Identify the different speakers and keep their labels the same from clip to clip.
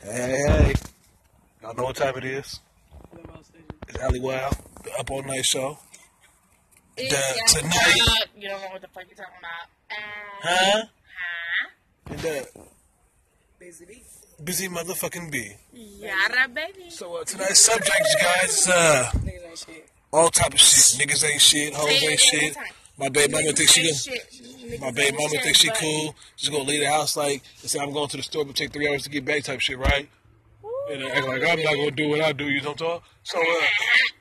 Speaker 1: Hey, hey. Y'all know what time it is? It's Alley Wild, the Up All Night Show.
Speaker 2: Eh, Yeah,
Speaker 1: Duh,
Speaker 2: yeah,
Speaker 1: tonight.
Speaker 2: uh, You don't know what the fuck you're talking about. Uh,
Speaker 1: Huh? And that busy motherfucking bee.
Speaker 2: yada baby.
Speaker 1: So uh, tonight's subject, guys, is uh, all type of shit. Niggas ain't shit, hoes ain't shit. My baby mama thinks she gonna, my baby mama thinks she cool. She's gonna leave the house like and say I'm going to the store, but take three hours to get back type shit, right? And uh, act like I'm not gonna do what I do. You don't talk. So uh,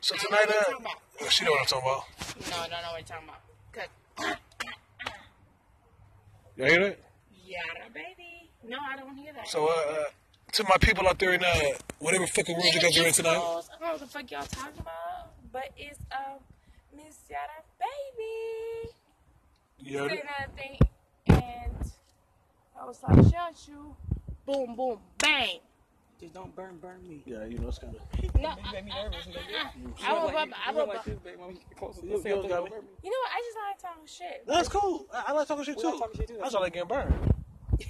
Speaker 1: so tonight, uh, well, she know what I'm talking about.
Speaker 2: No, I don't know what you're talking about. 'Cause,
Speaker 1: Y'all hear that?
Speaker 2: Yada baby. No, I don't hear that.
Speaker 1: So uh, uh, to my people out there in uh, whatever fucking world you guys are in
Speaker 2: I
Speaker 1: tonight.
Speaker 2: don't know what the fuck y'all talking about, but it's um Miss Yada baby.
Speaker 1: You heard
Speaker 2: Say
Speaker 1: it?
Speaker 2: another thing, and I was like, shut you. Boom, boom, bang.
Speaker 3: Just don't burn, burn me.
Speaker 1: Yeah, you know it's kind of.
Speaker 2: No, uh,
Speaker 3: You make me nervous. Like, yeah.
Speaker 2: I woke up. I
Speaker 3: You look
Speaker 2: woke
Speaker 3: like
Speaker 2: up.
Speaker 3: this, babe. I'm close to
Speaker 1: You-
Speaker 3: the same
Speaker 1: you
Speaker 3: thing.
Speaker 1: got
Speaker 3: Don't
Speaker 1: me.
Speaker 3: burn me.
Speaker 2: You know what? I just like talking shit.
Speaker 1: That's cool. I, I like talking shit
Speaker 3: We
Speaker 1: too.
Speaker 3: like talking shit, too.
Speaker 1: That's all I get burned.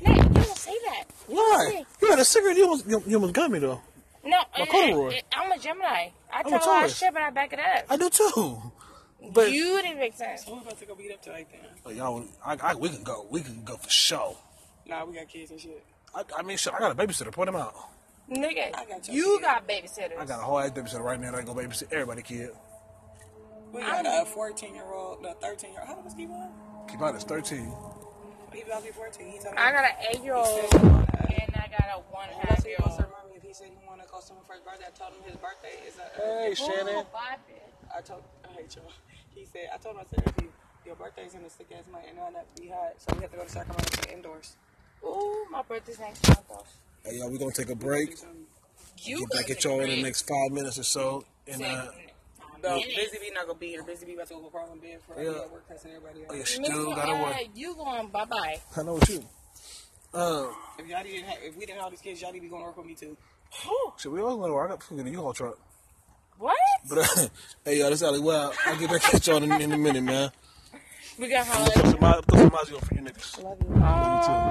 Speaker 2: Nate, you don't say that.
Speaker 1: Why? You had a cigarette. You almost, you, you almost got me though.
Speaker 2: No,
Speaker 1: My
Speaker 2: it-
Speaker 1: corduroy.
Speaker 2: it- I'm a Gemini. I
Speaker 1: a
Speaker 2: tell a lot of
Speaker 1: Taurus.
Speaker 2: shit, but I back it up.
Speaker 1: I do too. But
Speaker 2: you didn't make sense.
Speaker 3: Who about to go beat up tonight then?
Speaker 1: Oh, y'all, I, I, we can go. We can go for sure.
Speaker 3: Nah, we got kids and shit.
Speaker 1: I, I mean, shit. I got a babysitter. Point him out.
Speaker 2: Nigga,
Speaker 3: I got your
Speaker 2: you
Speaker 3: kid.
Speaker 2: got babysitters.
Speaker 1: I got a whole ass babysitter right now. that I go babysit everybody, kid.
Speaker 3: We got a 14 year old, no, 13 year old. How old is he? one?
Speaker 1: Keep out. It's thirteen.
Speaker 3: He about to be 14. He told me.
Speaker 2: I got an eight year
Speaker 3: He
Speaker 2: old
Speaker 3: said he wanna-
Speaker 2: and I got a one and a
Speaker 3: That's
Speaker 2: half
Speaker 3: what he
Speaker 2: year
Speaker 3: wants
Speaker 2: old.
Speaker 3: to remind me. If he said he want to go someone for his birthday, I told him his birthday is a.
Speaker 1: Hey, Shannon.
Speaker 3: I told I hate y'all. He said I told him I said if you, your birthday's in a sick ass month and not be hot, so we have to go to Sacramento to indoors.
Speaker 2: Ooh, my birthday's next month though.
Speaker 1: Hey, y'all. We gonna take a break.
Speaker 2: You
Speaker 1: Get back at y'all in the next five minutes or so. And uh,
Speaker 3: No, Busy Bee not gonna be here. Busy Bee about to go crawl in bed for
Speaker 1: Yeah.
Speaker 3: yeah. work cussing everybody out.
Speaker 1: oh, yeah, still gotta work.
Speaker 2: You going bye bye.
Speaker 1: I know it's you. Uh,
Speaker 3: If y'all didn't have, if we didn't have all these kids, y'all need to be going to work with me too.
Speaker 1: shit. We all gonna work. I got fucking a U-Haul truck.
Speaker 2: What?
Speaker 1: But uh, hey, y'all. This alley. Well, I'll get back at y'all in, in a minute, man.
Speaker 2: We got
Speaker 1: Put
Speaker 2: holiday.
Speaker 1: some, put some Mozzie on for you niggas.
Speaker 3: Love you.
Speaker 1: You too.